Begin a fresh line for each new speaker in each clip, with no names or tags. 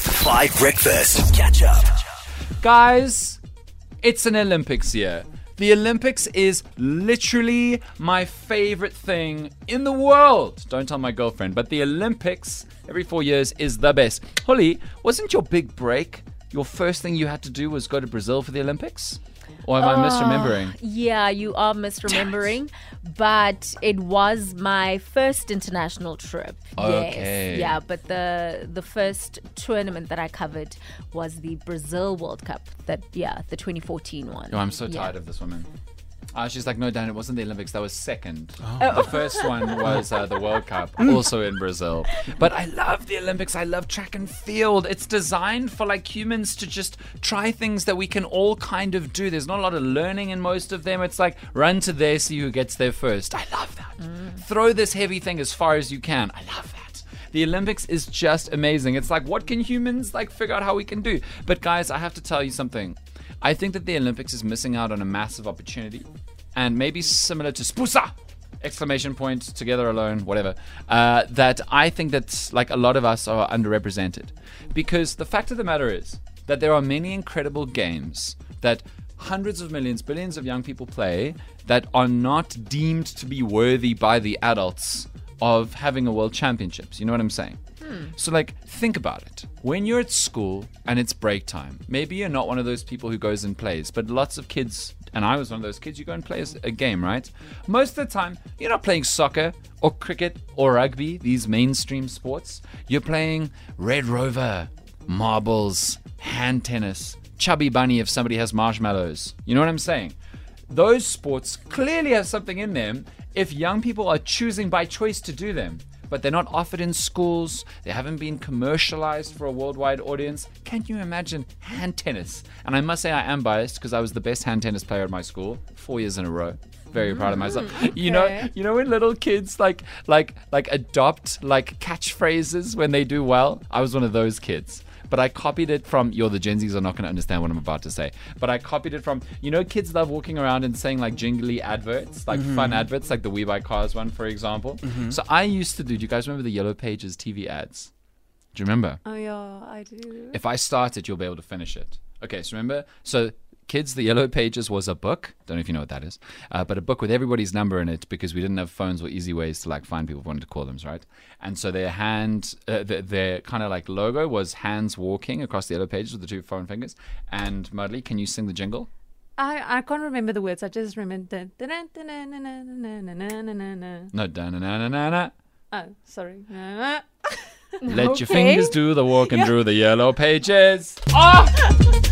Five Breakfast. Catch up.
Guys, it's an Olympics year. The Olympics is literally my favorite thing in the world. Don't tell my girlfriend, but the Olympics every four years is the best. Holly, wasn't your big break your first thing you had to do was go to Brazil for the Olympics? Or am I misremembering?
Yeah, you are misremembering, but it was my first international trip.
Okay.
Yes. Yeah, but the the first tournament that I covered was the Brazil World Cup. That yeah, the 2014 one.
Oh, I'm so tired of this woman. Ah, she's like, no, Dan, it wasn't the Olympics. That was second. The first one was uh, the World Cup, also in Brazil. But I love the Olympics. I love track and field. It's designed for like humans to just try things that we can all kind of do. There's not a lot of learning in most of them. It's like run to there, see who gets there first. I love that. Throw this heavy thing as far as you can. I love that. The Olympics is just amazing. It's like what can humans like figure out how we can do? But guys, I have to tell you something. I think that the Olympics is missing out on a massive opportunity and maybe similar to Spusa exclamation point together alone whatever uh, that I think that like a lot of us are underrepresented because the fact of the matter is that there are many incredible games that hundreds of millions billions of young people play that are not deemed to be worthy by the adults of having a world championships you know what I'm saying so, like, think about it. When you're at school and it's break time, maybe you're not one of those people who goes and plays, but lots of kids, and I was one of those kids, you go and play a game, right? Most of the time, you're not playing soccer or cricket or rugby, these mainstream sports. You're playing Red Rover, marbles, hand tennis, chubby bunny if somebody has marshmallows. You know what I'm saying? those sports clearly have something in them if young people are choosing by choice to do them. But they're not offered in schools, they haven't been commercialized for a worldwide audience. Can you imagine hand tennis? And I must say, I am biased because I was the best hand tennis player at my school four years in a row. Very proud of myself. You know, you know when little kids like like like adopt like catchphrases when they do well. I was one of those kids but I copied it from you're the Gen Zs are not going to understand what I'm about to say. But I copied it from you know kids love walking around and saying like jingly adverts, like fun adverts, like the We Buy Cars one, for example. So I used to do. Do you guys remember the Yellow Pages TV ads? Do you remember?
Oh yeah, I do.
If I start it, you'll be able to finish it. Okay, so remember, so kids, the Yellow Pages was a book. Don't know if you know what that is, uh, but a book with everybody's number in it because we didn't have phones or easy ways to like find people if we wanted to call them, right? And so their hand, uh, their, their kind of like logo was hands walking across the Yellow Pages with the two foreign fingers. And Mudley, can you sing the jingle?
I, I can't remember the words. I just remember. the-
No, da na na na na na.
Oh, sorry.
Let your fingers do the walking through the yellow pages. Oh!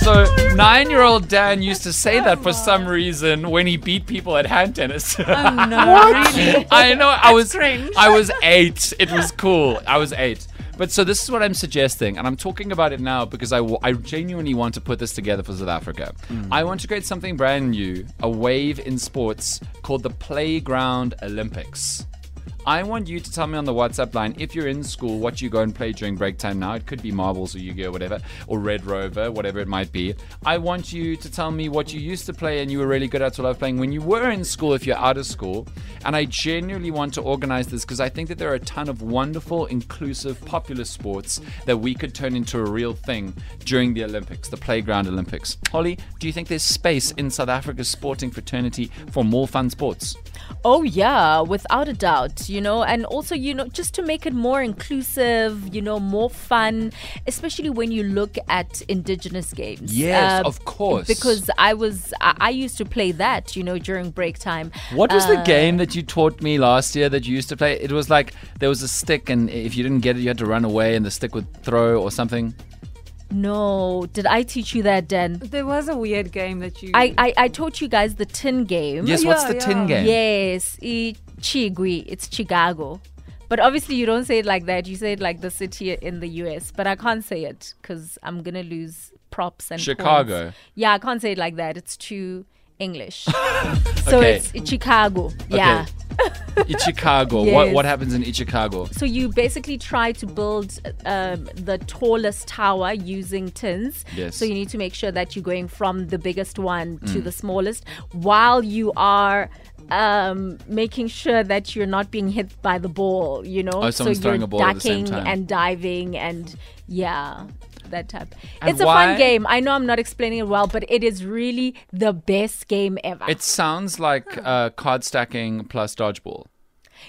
So nine-year-old Dan used to say that for some reason when he beat people at hand tennis.
Oh no, really?
I know. I was
cringe.
I was eight. It was cool. I was eight. But so this is what I'm suggesting, and I'm talking about it now because I, w- I genuinely want to put this together for South Africa. I want to create something brand new, a wave in sports called the Playground Olympics. I want you to tell me on the WhatsApp line if you're in school what you go and play during break time now. It could be marbles or Yu-Gi-Oh, whatever, or Red Rover, whatever it might be. I want you to tell me what you used to play and you were really good at or love playing when you were in school, if you're out of school. And I genuinely want to organize this because I think that there are a ton of wonderful, inclusive, popular sports that we could turn into a real thing during the Olympics, the Playground Olympics. Holly, do you think there's space in South Africa's sporting fraternity for more fun sports?
Oh yeah, without a doubt, you know, and also you know just to make it more inclusive, you know, more fun, especially when you look at indigenous games. Uh,
Yes, of course.
Because I was I, I used to play that, you know, during break time.
What was the
Uh,
game that you taught me last year that you used to play? It was like there was a stick, and if you didn't get it, you had to run away, and the stick would throw or something.
No, did I teach you that, Dan?
There was a weird game that you.
I I, I taught you guys the tin game.
Yes, what's the
yeah,
tin
yeah.
game?
Yes, i- Chigui. It's Chicago. But obviously, you don't say it like that. You say it like the city in the US. But I can't say it because I'm going to lose props and.
Chicago.
points. Yeah, I can't say it like that. It's too English. so
Okay.
it's Chicago. Yeah.
Ichicago. What
Yes.
what happens in Ichicago?
So you basically try to build um, the tallest tower using tins.
Yes. Mm.
So you need to make sure that you're going from the biggest one to the smallest while you are um, making sure that you're not being hit by the ball, you know?
Oh, someone's
so
throwing
you're
a ball at the same
ducking
time.
and diving and yeah. that type.
And
it's a
why-
fun game. I know I'm not explaining it well, but it is really the best game ever.
It sounds like uh, card stacking plus dodgeball.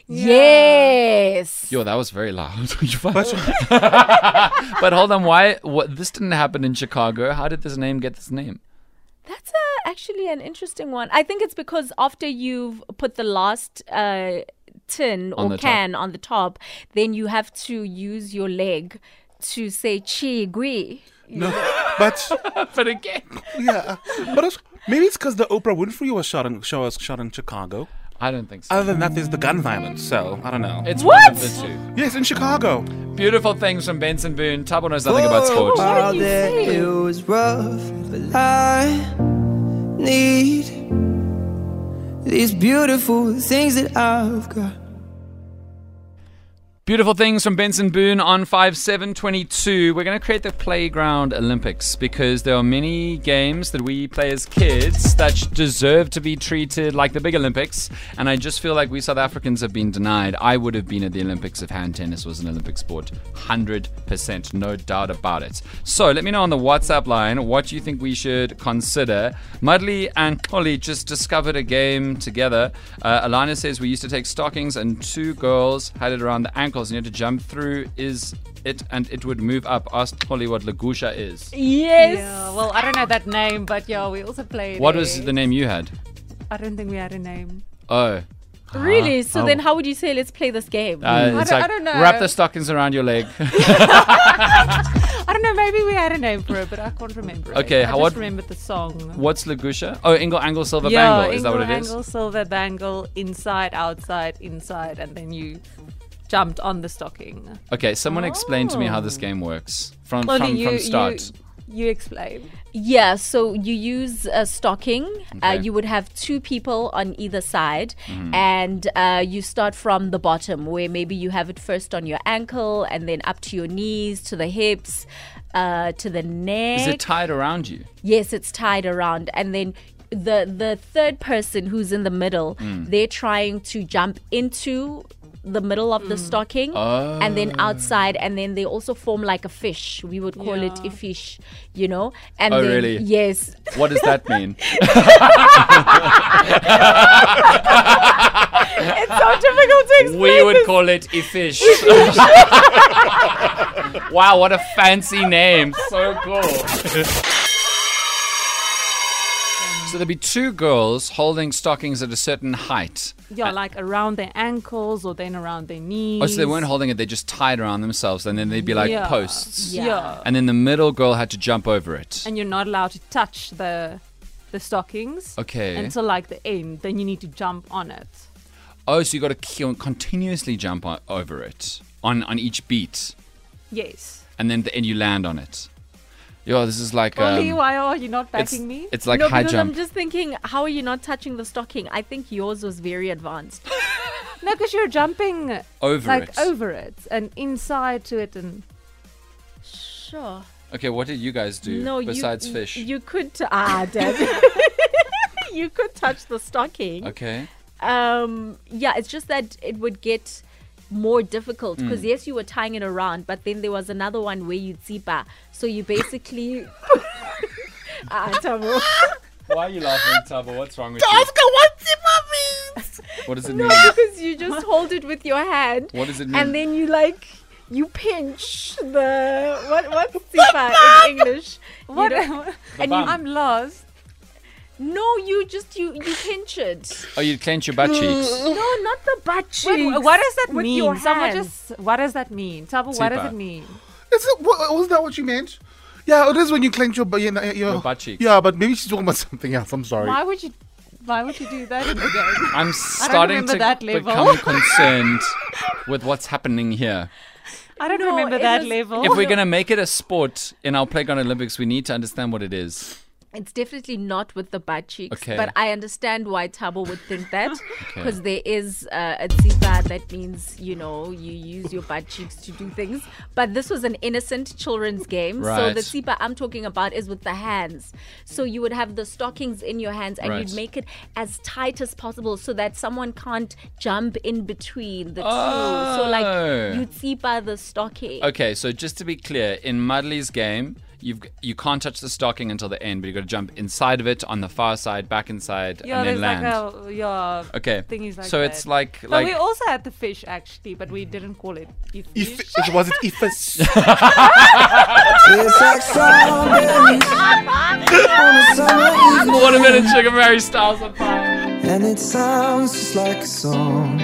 yes.
Yo, that was very loud. You fuck- but hold on, why? What, this didn't happen in Chicago. How did this name get this name?
That's uh actually an interesting one. I think it's because after you've put the last uh, tin
On the
or
top.
can on the top, then you have to use your leg to say chi gui.
No, but
But again,
yeah, but it's, maybe it's because the Oprah Winfrey was shot in, show was shot in Chicago.
I don't think so.
Uh,
Other than that, there's the gun violence. So I don't know.
it's one of the two.
yes, in Chicago.
Beautiful things from Benson Boone. Tabo knows nothing about sports.
What
All
did you
that
say?
it was rough, but I need these beautiful things that I've got.
Beautiful things from Benson Boone on 5722. We're going to create the Playground Olympics because there are many games that we play as kids that deserve to be treated like the big Olympics. And I just feel like we South Africans have been denied. I would have been at the Olympics if hand tennis was an Olympic sport. 100%, no doubt about it. So let me know on the WhatsApp line what you think we should consider. Mudley and Collie just discovered a game together. Uh, Alana says we used to take stockings and two girls had it around the ankles and you had to jump through. Is it and it would move up? Asked Collie what Lagusha is.
Yes.
Yeah, well, I don't know that name, but yeah, we also played.
What
it.
was the name you had?
I don't think we had a name. Hmm.
Oh.
Really? So then how would you say let's play this game?
Uh, it's
don't-
like,
I don't know.
Wrap the stockings around your leg.
I don't know. Maybe we had a name for it, but I can't remember.
Okay,
it.
how-
I
what-
just remembered the song.
What's Lagusha? Oh, Ingle Angle Silver
yeah,
Bangle. Is that what it
angle,
is?
angle, silver bangle, inside, outside, inside, and then you jumped on the stocking.
Okay, someone explain to me how this game works from
Well,
from,
Oh. you,
from start.
You, you explain.
Yeah, so you use a stocking. Uh,
Okay. Mm-hmm.
you would have two people on either side, and uh, you start from the bottom, where maybe you have it first on your ankle, and then up to your knees, to the hips, uh, to the neck.
Is it tied around you?
yes, it's tied around, and then the the third person who's in the middle,
Hmm.
they're trying to jump into the middle of the stocking and then
Oh.
outside and then they also form like a fish we would call it a fish you know and
Oh,
then
really?
yes
What does that mean?
It's so difficult to explain.
we would call it Ifish. wow, what a fancy name. So cool. So there'd be two girls holding stockings at a certain height.
Yeah, like around their ankles or then around their knees.
Uh, Oh, so they weren't holding it, they just tied around themselves and then they'd be like
Yeah.
posts.
Yeah.
And then the middle girl had to jump over it.
And you're not allowed to touch the the stockings
Okay.
until like the end. Then you need to jump on it.
oh, so you got to continuously jump o- over it on, on each beat.
Yes.
And then at the end you land on it. Yo, this is like.
Ollie,
um,
why are you not
it's,
backing me?
it's like
no,
high
because
jump.
I'm just thinking, how are you not touching the stocking? I think yours was very advanced.
No, because you're jumping
Over
like oh.
it.
over it and inside to it and
Sure.
Okay, what did you guys do
no,
besides
you,
fish?
You could t- ah, damn. you could touch the stocking.
okay.
Um, yeah, it's just that it would get more difficult because yes, you were tying it around, but then there was another one where you zipa. So you basically. ah, Tabo.
Why are you laughing, Tabo? What's wrong with you?
what zipa means?
What does it
No,
mean?
because you just hold it with your hand.
What does it mean?
And then you like you pinch the what what's sipa in English? You
what?
don't-
and you,
bum.
I'm lost.
no, you just you you pinch it.
oh, you clench your butt cheeks.
No, not the butt
Wait,
cheeks.
what does that
with
mean?
Your
Someone
hand.
just what does that mean? Tabo, what does
Sipa.
it mean?
Is it, wa- wasn't that what you meant? Yeah, it is when you clench your, bu- your, your,
Your butt cheeks.
Yeah, but maybe she's talking about something else. I'm sorry.
Why would you why would you do that in the game?
I'm starting
remember
to
that level.
become concerned with what's happening here.
I don't
No,
remember
it
that
was-
level.
If we're gonna make it a sport in our playground Olympics, we need to understand what it is.
It's definitely not with the butt cheeks,
Okay.
but I understand why Tabo would think that because there is uh, a tsiba that means you know you use your butt cheeks to do things. But this was an innocent children's game, so
Right.
the tsiba I'm talking about is with the hands. So you would have the stockings in your hands, and
Right.
you'd make it as tight as possible so that someone can't jump in between the two. So
Oh.
like you tsiba the stocking.
Okay, so just to be clear, in Mudley's game, you've g- you can't touch the stocking until the end, but you've got to jump inside of it, on the far side, back inside,
Yeah,
and then
there's
land.
like a yeah.
Okay.
Thingies like
So
that.
it's like-
But
like-
we also had the fish actually, but we didn't call it the
If,
fish.
it was it Ifis?
It's like strawberries on a summer evening.
Watermelon Sugar Mary Styles on fire.
And it sounds just like a song.